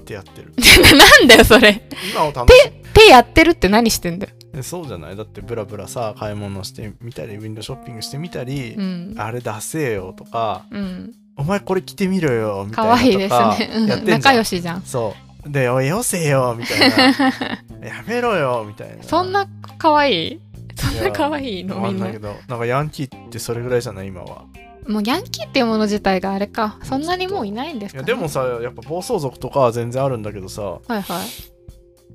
ってや ってるなんだよそれ今を楽し手やってるって何してんだよむそうじゃないだってブラブラさ買い物してみたりウィンドウショッピングしてみたり、うんあれ出せよとかうんお前これ着てみろよみた可いな愛いでとすかね、やうってんん、じゃん仲良しじゃんそうでおいよせよみたいな やめろよみたいなそんな可愛いそんいやな可愛いのわかみんんなないけどなんかヤンキーってそれぐらいじゃない今はもうヤンキーっていうもの自体があれかそんなにもういないんですいか、やね、でもさやっぱ暴走族とかは全然あるんだけどさはいはい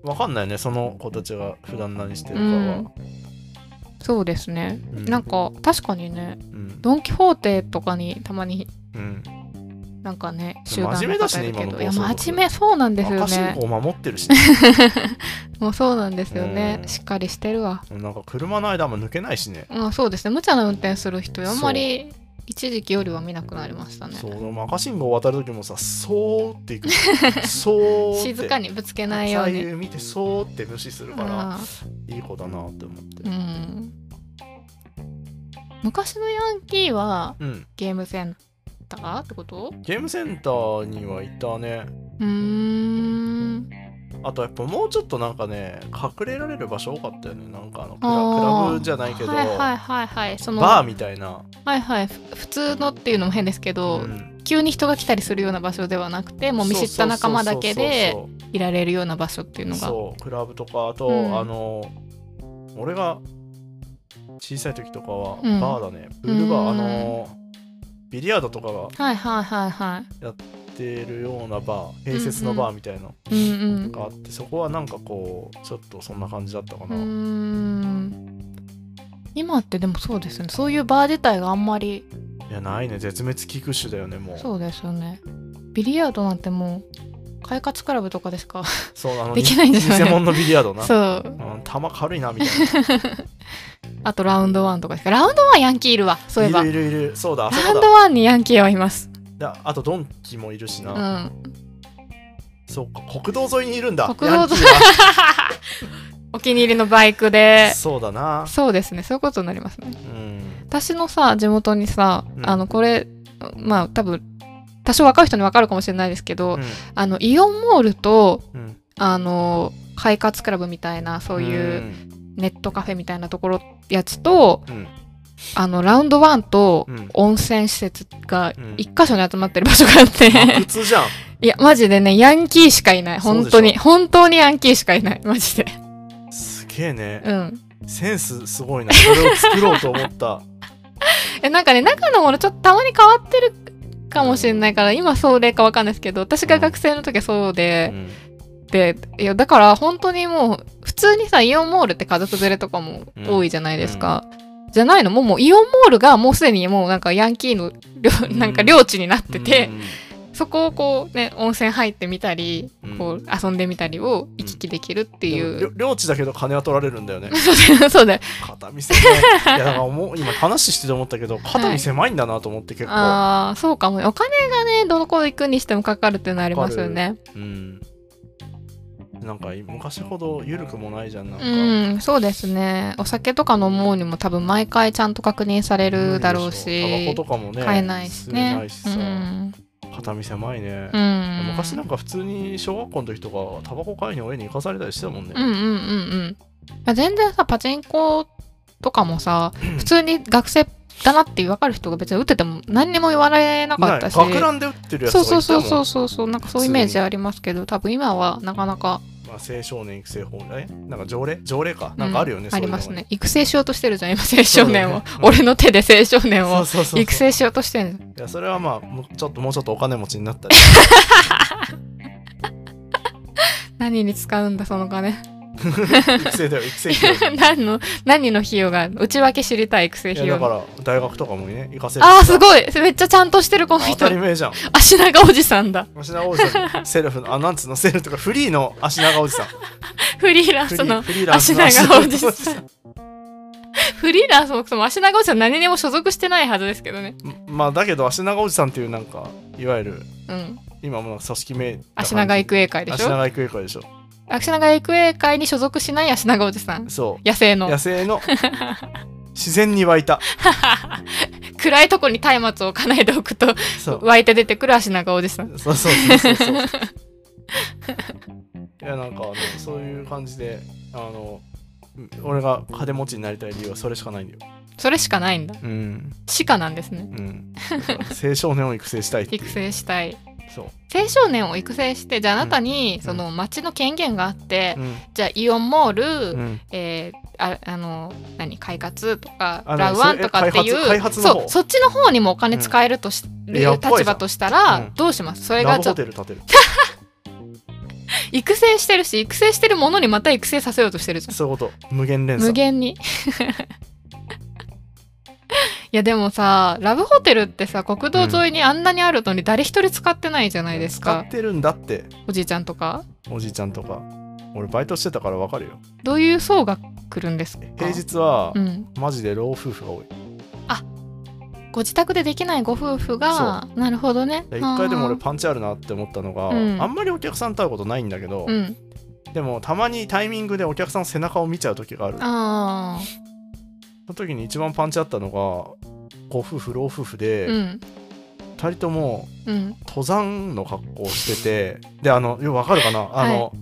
わかんないねその子たちが普段何してるうかはん、そうですね、うんなんか確かにねうんドン・キホーテとかにたまにうんなんかねで集も団真面目だしねいるけどい今のや放送だと真面目そうなんですよ赤信ね号守ってる しもうそうなんですよね、うんしっかりしてるわなんか車の間も抜けないしねまあそうですね無茶な運転する人そうあんまり一時期よりは見なくなりましたねそうでも赤信号渡る時もさそー っていくそーって静かにぶつけないよう左に右見てそーって無視するからあいい子だなって思ってーうん昔のヤンキーはうんゲームセンターってことゲームセンターにはいたねうーんあとやっぱもうちょっとなんかね隠れられる場所多かったよねなんかあのクあラークラブじゃないけど、はいはいはいはいそのバーみたいな、はいはいふ普通のっていうのも変ですけど、うん急に人が来たりするような場所ではなくてもう見知った仲間だけでそうそうそういられるような場所っていうのそがうそうクラブとかあと、うんあの俺が小さい時とかはうんバーだね、ブルーバーあうんのビリヤードとかがはいはいはいは出るようなバー併設のバーみたいなのいうんうんがあって、そこはなんかこうちょっとそんな感じだったかうーな、ん今ってでもそうですよねそういうバー自体があんまりいやないね絶滅危惧種だよねもうそうですよねビリヤードなんてもう快活クラブとかでしかそうあのできないんですよね偽物のビリヤードなそううん、球軽いなみたいあとラウンドワンとかですかラウンドワンヤンキーいるわ そういえな。ばいるいるいる、そうだ、あそラウこンだドワンにヤンキーはいますだ。あとドンキもいるしうな。ん そうか、国道沿いにいるんだ。国道沿いヤンキーはお気に入りのバイクでそうだな。そうですねそういうことになりますねうん。私のさ地元にさ、うんあのこれまあ多分多少若い人に分かるかもしれないですけど、うんあのイオンモールとうんあの快活クラブみたいなそういううネットカフェみたいなところやつとうん。あのラウンドワンとうん温泉施設がうん一箇所に集まってる場所があって、あ普通じゃん。 いやマジでねヤンキーしかいない本当そうでに本当にヤンキーしかいないマジですげえね。うんセンスすごいな。それを作ろうと思った。 えなんかね中のものちょっとたまに変わってるかもしれないから今そうでかわかんないですけど私が学生の時はそううで、んでいやだから本当にもう普通にさイオンモールって家族連れとかも多いじゃないですか、じゃないのもうもうイオンモールがもうすでにもうなんかヤンキーの領うんなんか領地になってて、うんそこをこうね温泉入ってみたり、うんこう遊んでみたりを行き来できるっていでもう、りょ領地だけど金は取られるんだよね。 そうだよ肩 身狭い。いや、だからもう今話してて思ったけど、肩身狭いんだなと思って結構。ああそうかもねお金がねどこ行くにしてもかかるっていうのありますよねうん。なんか昔ほど緩くもないじゃん。なんか。うんそうですねお酒とか飲もうにも多分毎回ちゃんと確認されるだろうタバコしとかもね買えないし吸えねないしさ、うん肩身狭いね、うん、昔なんか普通に小学校の時とかタバコ買いに親に行かされたりしてたもんね、うんうんうんうんいや全然さパチンコとかもさん普通に学生だなって分かる人が別に打ってても何にも言われなかなっいたし学ランで売ってるやつそうとそかういたそもうんそうそうそうなんかそういうイメージありますけど多分今はなかなかまあ青少年育成法えなんか条例条例かなんかあるよね、うんそうあいうりのがますね育成しようとしてるじゃん今青少年を、そうだよねうん俺の手で青少年そうをそうそう育成しようとしてるいやそれはまあもうちょっともうちょっとお金持ちになったり何に使うんだその金 育成だよ育成費用何の何の費用が内訳知りたい育成いや費だ用から大学とかもね行かせるあーすいごいめっちゃちゃんとしてるこの当人たり前じゃん足長おじさん だ足長おじさ んセルフのあなんつうのセルフとかフリーの足長おじさんフリーランフスリーのフリーランス足の長おじさ足長おじんフリーランスもその足長おじさん何にも所属してないはずですけどねん まあだけど足長おじさんっていうなんかいわゆるうん今もう組織名足長い育英会で足しょ長育英会でしょ足長育英会に所属しない足長おじさんそ野生うの野生の自然に湧いた 暗いとこに松明を置かないでおくとそう湧いて出てくる足長おじさん そうそうそうそ うそういやなんかあのそういう感じであのうん俺が金持ちになりたい理由はそれしかないんだよそれしかないんだうんしかなんですねうんだから 青少年を育成したいっていう育成したいそう、青少年を育成してじゃああなたに、んその町の権限があって、うんじゃあイオンモール、うん、えーああの何快活とかあのラウアンとかっていうそれ開発開発の方そうそっちの方にもお金使えるとし、んるいやぽいじゃん立場としたら、うんどうしますそれラがブちょホっとテル建てる育成してるし育成してるものにまた育成させようとしてるじゃんそういうこと無限連鎖無限に いやでもさラブホテルってさ国道沿いにあんなにあるのに誰一人使ってないじゃないです使かっ、てるんだっておじいちゃんとかおじいちゃんとか俺バイトしてたからわかるよどういう層が来るんですか平日は、うん、マジで老夫婦が多いだかご自宅でできないご夫婦がなるほどねら一回でも俺あーパンチあるなって思ったのが、うんあんまりお客さんと会うことないんだけど、うんでもたまにタイミングでお客さんの背中を見ちゃう時があるそあの時に一番パンチあったのがご夫婦老夫婦あで、うん2人ともうん登山の格好をしててであのよくわかるかなあの、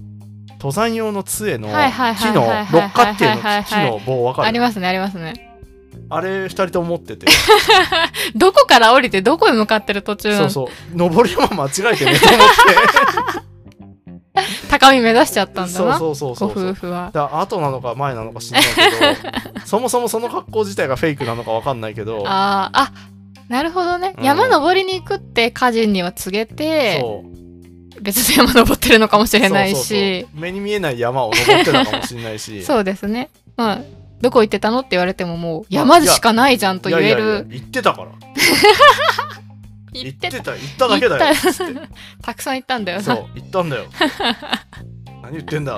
登山用の杖の木はいはいはいのはいはい六角形のはい木はいの棒わかるありますねありますねあれ2人とも持っててどこから降りてどこへ向かってる途中なそうのそう登りも間違えてねと思っ高み目指しちゃったてんだそうなそうそうそうごそう夫婦はだから後なのか前なのか知らない けどそもそもその格好自体がフェイクなのかわかんないけどあーあなるほどね、うん山登りに行くって家人には告げてそう別の山登ってるのかもしれないしそうそうそう目に見えない山を登ってたかもしれない しそうですねまあどこ行ってたのって言われてももう山でしかないじゃんと言えいやいやいやる言ってたから行言っっててたた言っただけだよ行つって たくさん行ったんだよそなう言ったん だよ何言ってんだ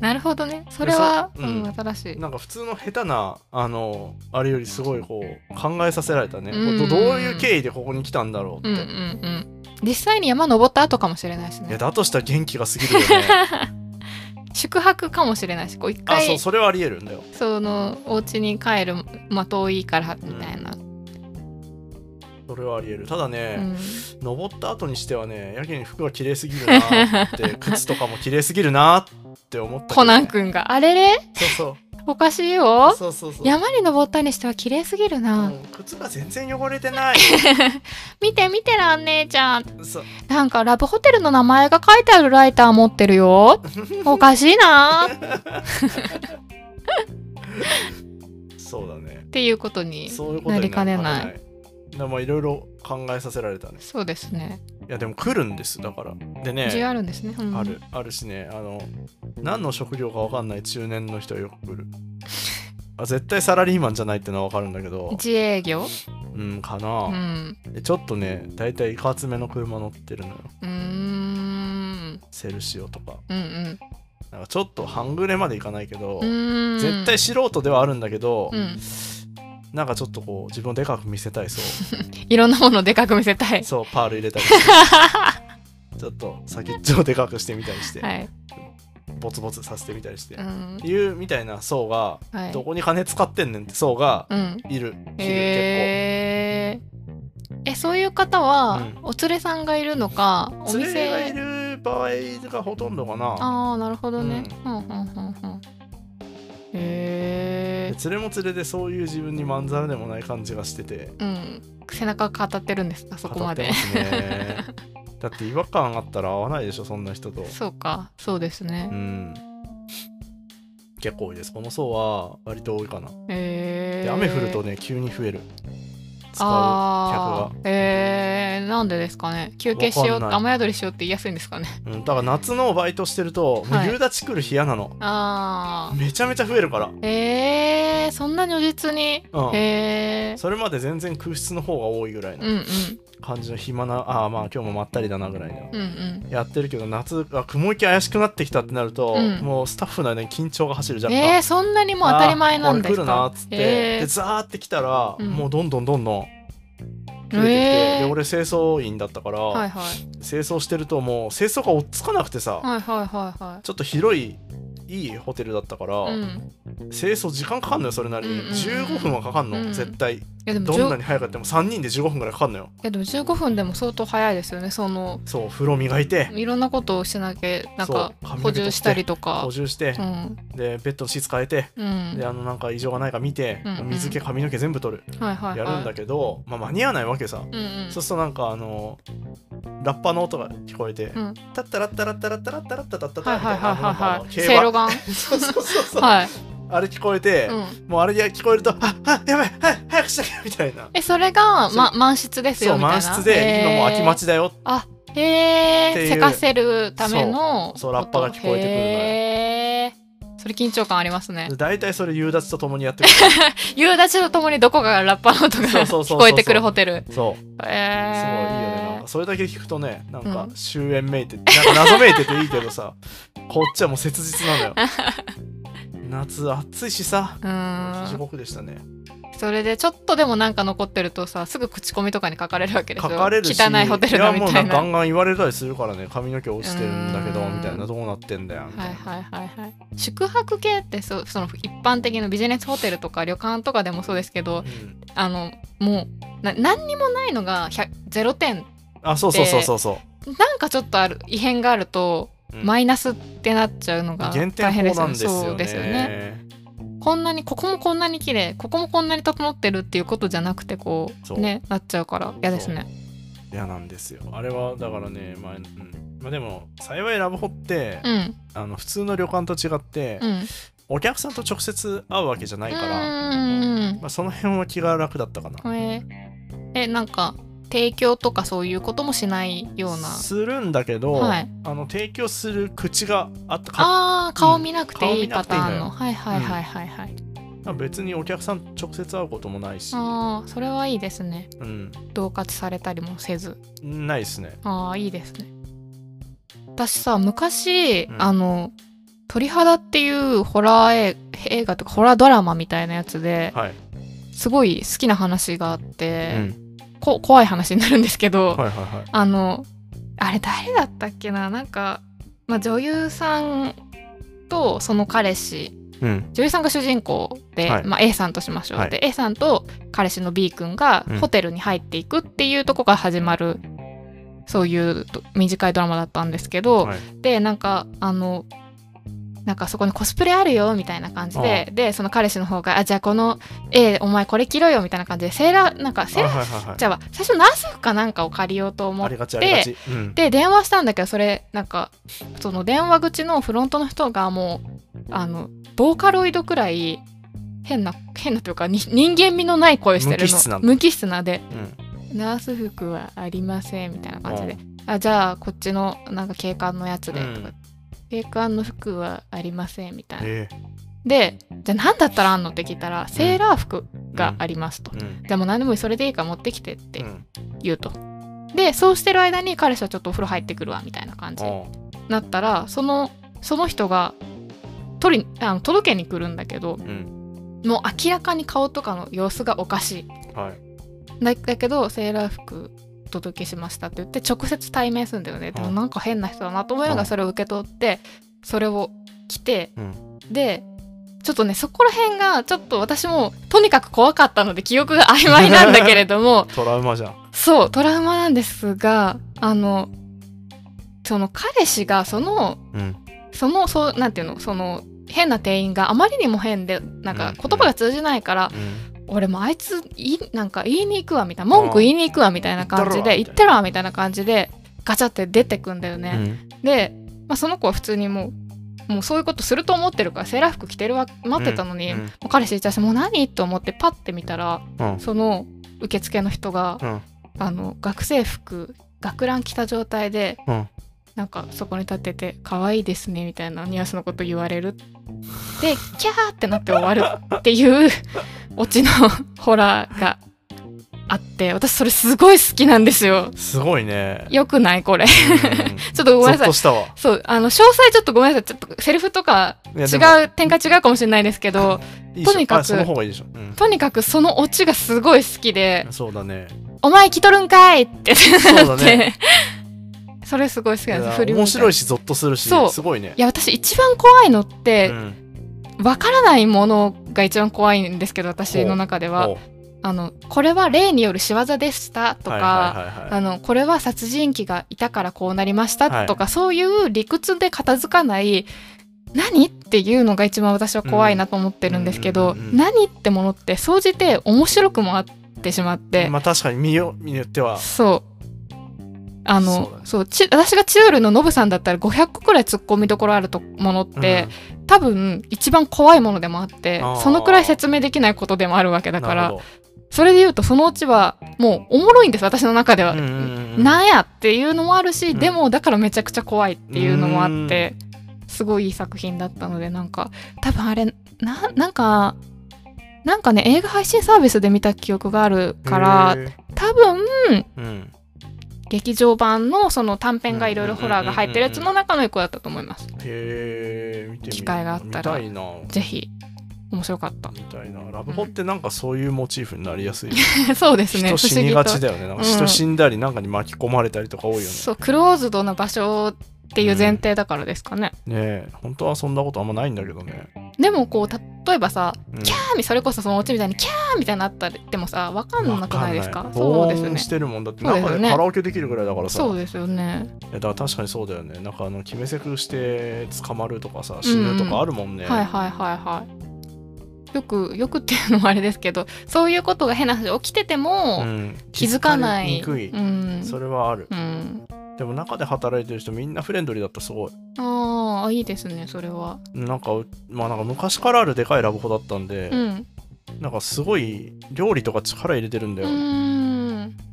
なるほどねそれは、そうううんん、新しいなんか普通の下手なあのあれよりすごいこう考えさせられたねこうんうどどういう経緯でここに来たんだろううんっうんうて、ん実際に山登った後かもしれないしいやねだとしたら元気が過ぎる よね宿泊かもしれないしこう一あ回そうそれはありえるんだよそのお家に帰るまあ遠いからみたいな、それはありえるただうね、ん、登った後にしてはねやけに服が綺麗すぎるなって靴とかも綺麗すぎるなって思ったけどね、 コナン君が「あれれそうそうおかしいよそうそうそう。山に登ったにしては綺麗すぎるな、うん靴が全然汚れてない。 見て見てらん姉ちゃんそう。なんかラブホテルの名前が書いてあるライター持ってる よおかしいなっそうだね。ていうことにそういうことになりかねないかねない。でもいろいろ考えさせられたね。そうですねいやでも来るんですだから。で需要ね。あるんですね、うんあるあるしねあの何の職業かわかんない中年の人はよく 来る。あ絶対サラリーマンじゃないってのはわかるんだけど。自営業うんかうな。んでちょっとね大体いかつめの車乗ってるのよ。うーんセルシオとか。うんうんなんかちょっと半グレまでいかないけうど。ーん絶対素人ではあるんだけど、うんなんかちょっとこう自分をでかく見せたいそういろんなものをでかく見せた いそうパール入れ たりしてちょっと先っちょをでかくしてみたりして、はいボツボツさせてみたりして、うんいうみたいな層が、はいどこに金使ってんねんって層がうんいる、いるへーえそういう方は、うんお連れさんがいるのかお結構連れが店いる場合がほとんどかなああなるほどね、ううん、うんうんうんへえで連れも連れでそういう自分にまんざらでもない感じがしててうん背中を語ってるんですかそこま語で ってますねだって違和感あったら合わないでしょそんな人とそうかそうですねう、ん結構多いですこの層は割と多いかなえでー、雨降るとね急に増える使う客あがーえー、なんでですかね休憩しよわうかんない雨宿りしようって言いやすいんですかねうん、だから夏のバイトしてると、もうはい夕立来る日嫌なのあめちゃめちゃ増えるから、ーえー、そんな如実にうんえー、それまで全然空室の方が多いぐらいうんうのん感じの暇なああまあ今日もまったりだなぐらいのうんうんやってるけど夏が雲行き怪しくなってきたってなると、うんもうスタッフの間に緊張が走る若干、えー、そんなにもう当たり前なんですかあーこれ来るなっつって、えでーザーって来たら、うんもうどんどんどんどん増えてきて、えーで俺清掃員だったから、はいはい清掃してるともう清掃が追っつかなくてさ、はいはいはいはちょっと広いいいホテルだったから、いうん清掃時間かかんのよそれなりに、うんうんうん15分はかかんの、うん絶対いやでもどんな10いに早くやっても3人で15分ぐらいかかんのよやでも15分でも相当早いですよねそのそう風呂磨いていろんなことをしなきゃなんかそう髪の毛補充したりとか補充してう、んでベッドのシーツ変えて、うんであのなんか異常がないか見て、うんうん水気髪の毛全部取る、はいはいはいやるんだけど、まあ、間に合わないわけさ、うんうんそうするとなんかあのラッパの音が聞こえて、うんタッタラッタラッタラッタラッタラッタラッタはいラッタはいはいはいはいみたせいなろながんかあの競馬んそうそうそうそう、 はいあれ聞こえて、うんもうあれが聞こえると「ああやばいはい早くしなきゃ」みたいなえそれがそうま満室ですそようみたいな満室で、今もう秋待ちだよあへっていえうせかせるためのそうそうラッパが聞こえてくるのよへーそれ緊張感ありますね大体それ夕立とともにやってくる夕立とともにどこかがラッパの音がそうそうそうそう聞こえてくるホテルへそうすごいいいよねなんえかそれだけ聞くとねなんかうん終焉めいてなんか謎めいてていいけどさ こっちはもう切実なの よ夏暑いしさう地ーん獄でしたねそれでちょっとでもなんか残ってるとさすぐ口コミとかに書かれるわけです書よかれるし汚いホテルだみやもうたないんなかガンガン言われたりするからね髪の毛落ちてるんだけどうーんみたいなどうなってんだよみたいはいな、はいはいはい宿泊系ってそうその一般的なビジネスホテルとか旅館とかでもそうですけどうんあのもうな何にもないのが100 0点あそうそうそうそうそなんかちょっとある異変があると、う、うんマイナスってなっちゃうのが減大点変で法すなよねそうんですよねですよねこんなにここもこんなに綺麗ここもこんなに整ってるっていうことじゃなくてこそううねなっちゃうから嫌ですね嫌なんですよあれはだからねまあ、うんまあ、でも幸いラブホって、うんあの普通の旅館と違って、うんお客さんと直接会うわけじゃないから、うんまあ、その辺は気が楽だったかな、えーえなんか提供とかそういうこともしないようなするんだけど、はいあの提供する口があったかああ顔見なくていいパターンうの、んはいはいはいはいはい、別にお客さんと直接会うこともないし、ああそれはいいですねうん、同喝されたりもせずないですねああいいですね私さ昔、うんあの「鳥肌」っていうホラー映映画とかホラードラマみたいなやつではい、すごい好きな話があっうて、ん、こ怖い話になるんですけど、はいはいはいあのあれ誰だったっけななんか、まあ、女優さんとその彼氏うん女優さんが主人公で、はいまあ、A さんとしましょう、はいで A さんと彼氏の B 君がうんホテルに入っていくっていうとこが始まる、そういうと短いドラマだったんですけど、はいでなんかあのなんかそこにコスプレあるよみたいな感じででその彼氏の方が「あじゃあこの A お前これ着ろよ」みたいな感じでセーラーなんかセーあラーはいはいはいじゃあ最初ナース服かなんかを借りようと思あっりがちありがち、うん、で電話したんだけどそれなんかその電話口のフロントの人がもうあのボーカロイドくらい変な変なというかに人間味のない声してるの無機質なの無機質なでうんナース服はありませんみたいな感じで、あじゃあこっちのなんか警官のやつでとか、うん警官の服はありませんみたいな、えでじゃあ何だったらあんのって聞いたらセーラー服がありますと、えうんでも何でもいいそれでいいから持ってきてってうん言うと、でそうしてる間に彼氏はちょっとお風呂入ってくるわみたいな感じあなったらそのその人が取りあの届けに来るんだけどあうんもう明らかに顔とかの様子がおかしはいいだだけどセーラー服お届けしましたって言って直接対面するんだよねでもうんなんか変な人だなと思いながらうんそれを受け取ってそれを着てうんでちょっとねそこら辺がちょっと私もとにかく怖かったので記憶が曖昧なんだけれど もトラウマじゃんそうトラウマなんですがあのその彼氏がそのうんそのそうなんていうのその変な店員があまりにも変でなんうかん言葉が通じないから、うん俺もあいついなんか言いに行くわみたいな文句言いに行くわみたいな感じあでー言ってるわみたいな感じでガチャって出てくんだよね。うんで、まあ、その子は普通にもうもうそういうことすると思ってるからセーラー服着てるわ待ってたのに、うんもう彼氏いたしもう何と思ってパッて見たらうんその受付の人が、うんあの学生服学ラン着た状態で、うんなんかそこに立ってて「可愛いですね」みたいなニュアンスのこと言われるで「キャー!」ってなって終わるっていうオチのホラーがあって私それすごい好きなんですよ。すごいね。よくないこれ。ちうんょっとごめんなさいゾッと。したわ。そう、あの、詳細ちょっとごめんなさい。ちょっとセリフとかい違やでもう、展開違うかもしれないですけど、いいでしょとにかくあその方がいいでしょ。うんとにかくそのオチがすごい好きで、そうだね。お前来とるんかいってうだねなって、 それすごい好きなんです振り向面白いいしゾッとするしそうすごいねい。や、私一番怖いのっうて、んわからないものが一番怖いんですけど、私の中ではお。あの、これは霊による仕業でしたとか、はいはいはいはいあのこれは殺人鬼がいたからこうなりましたとか、そういう理屈で片付かない何っていうのが一番私は怖いなと思ってるんですけど、うんうんうんうん何ってものって総じて面白くもあってしまって、まあ確かに見よ見によってはそうあのそそううだねち私がチュールのノブさんだったら500個くらい突っ込みどころあるとものって、多分一番怖いものでもあってあーそのくらい説明できないことでもあるわけだだからそれで言うとそのうちはもうおもろいんです私の中では、なんやっていうのもあるし、うんでもだからめちゃくちゃ怖いっていうのもあってすごいいい作品だったのでなんか多分あれななんかなんかね映画配信サービスで見た記憶があるから多分うん劇場版のその短編がいろいろホラーが入ってるやつうんうんの中の一個だったと思います。へえ見てみる機会があったら見たいなぜひ面白か った。 みたいなラブホってなんかそういうモチーフになりやすい、そうですね。人不死思に議がとち。だよねなんかうん人死んだりなんかに巻き込まれたりとか多いよね、そうクローズドな場所っていう前提だからですかね。ねえ本当はそんなことあんまないんだけどね、でもこう例えばさうんキャーみそれこそそのオチみたいにキャーみたいになったりでもさわかんなくないですかわんないそうです防よ音ねしてるもんだってそうです中よねでカラオケできるぐらいだからさそうですよねいやだから確かにそうだよねなんかあの決めセクして捕まるとかさ死ぬとかあるもんね、はいはいはいはいよくよくっていうのもあれですけどそういうことが変な話起きてても、うん気づかない気づかれにくい、うんそれはあるうん、でも中で働いてる人みんなフレンドリーだったすごいああいいですねそれはなんかうまあなんか昔からあるでかいラブホだったんでう、んなんかすごい料理とか力入れてるんだうよ、ん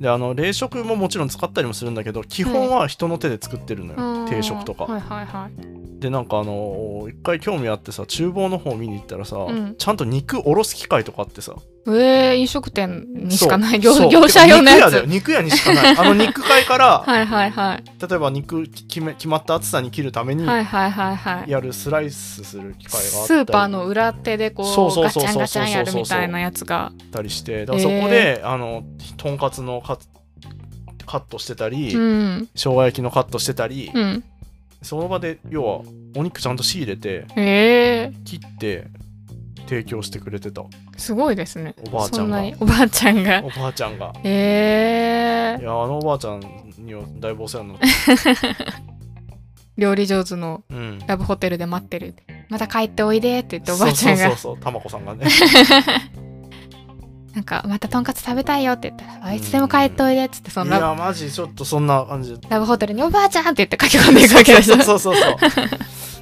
であの冷食ももちろん使ったりもするんだけど基本は人の手で作ってるのよ、定食とか、はいはいはいでなんかあの一回興味あってさ厨房の方見に行ったらさ、うんちゃんと肉おろす機械とかあってさえー、飲食店にしかないそ業うそう業者用のや肉屋だよつ肉屋にしかないあの肉塊からはいはいはい例えば肉決め決まった厚さに切るためにはいはいはいはいやるスライスする機械があっスたりーパーの裏手でこそううそうガそチうャンそうそうガそチうャンやるみたいなやつがったりしてだからそこで、あのとんかつのカカットしてたり、うん生姜焼きのカットしてたり、うんその場で要はお肉ちゃんと仕入れてええ切って提供してくれてたおすごいですねおばあちゃそんんがなにおばあちゃんがばあちゃんがえいえやあのおばあちゃんにはだいぶお世話になった、料理上手のうん、ラブホテルで待ってるまた帰っておいでって言っておばあちゃんがそうそうそうそうたまこさんがねなんかまたとんかつ食べたいよって言ったらあいつでも帰っておいでっつってそいのラブやマジちょっとそんな感じラブホテルにおばあちゃんって言って駆け込んでいくわけですそうよそうそうそう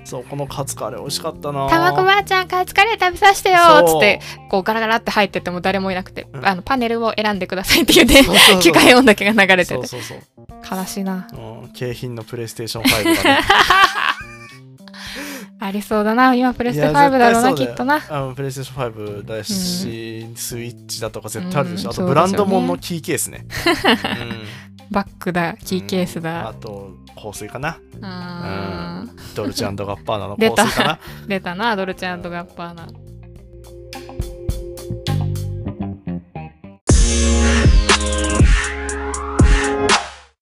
そうこのカツカレー美味しかったな卵ばあちゃんカツカレー食べさせてよっつってこうガラガラって入ってっても誰もいなくて、うんあのパネルを選んでくださいって言ってそうそうそ う機械音だけが流れててそうそうそう悲しいなうん、景品のプレイステーション5がねありそうだな今プレステいや5だろうな絶対そうだきよっとなあのプレイステーション5だし、スイッチだとか絶対あるでしうょ、んあとそうブですよラねンドもんのキーケースね、うんバッグだキーケースあだと香水かなうーんドルチアンドガッパーナの出香た水かな出たなドルチェガッパーナ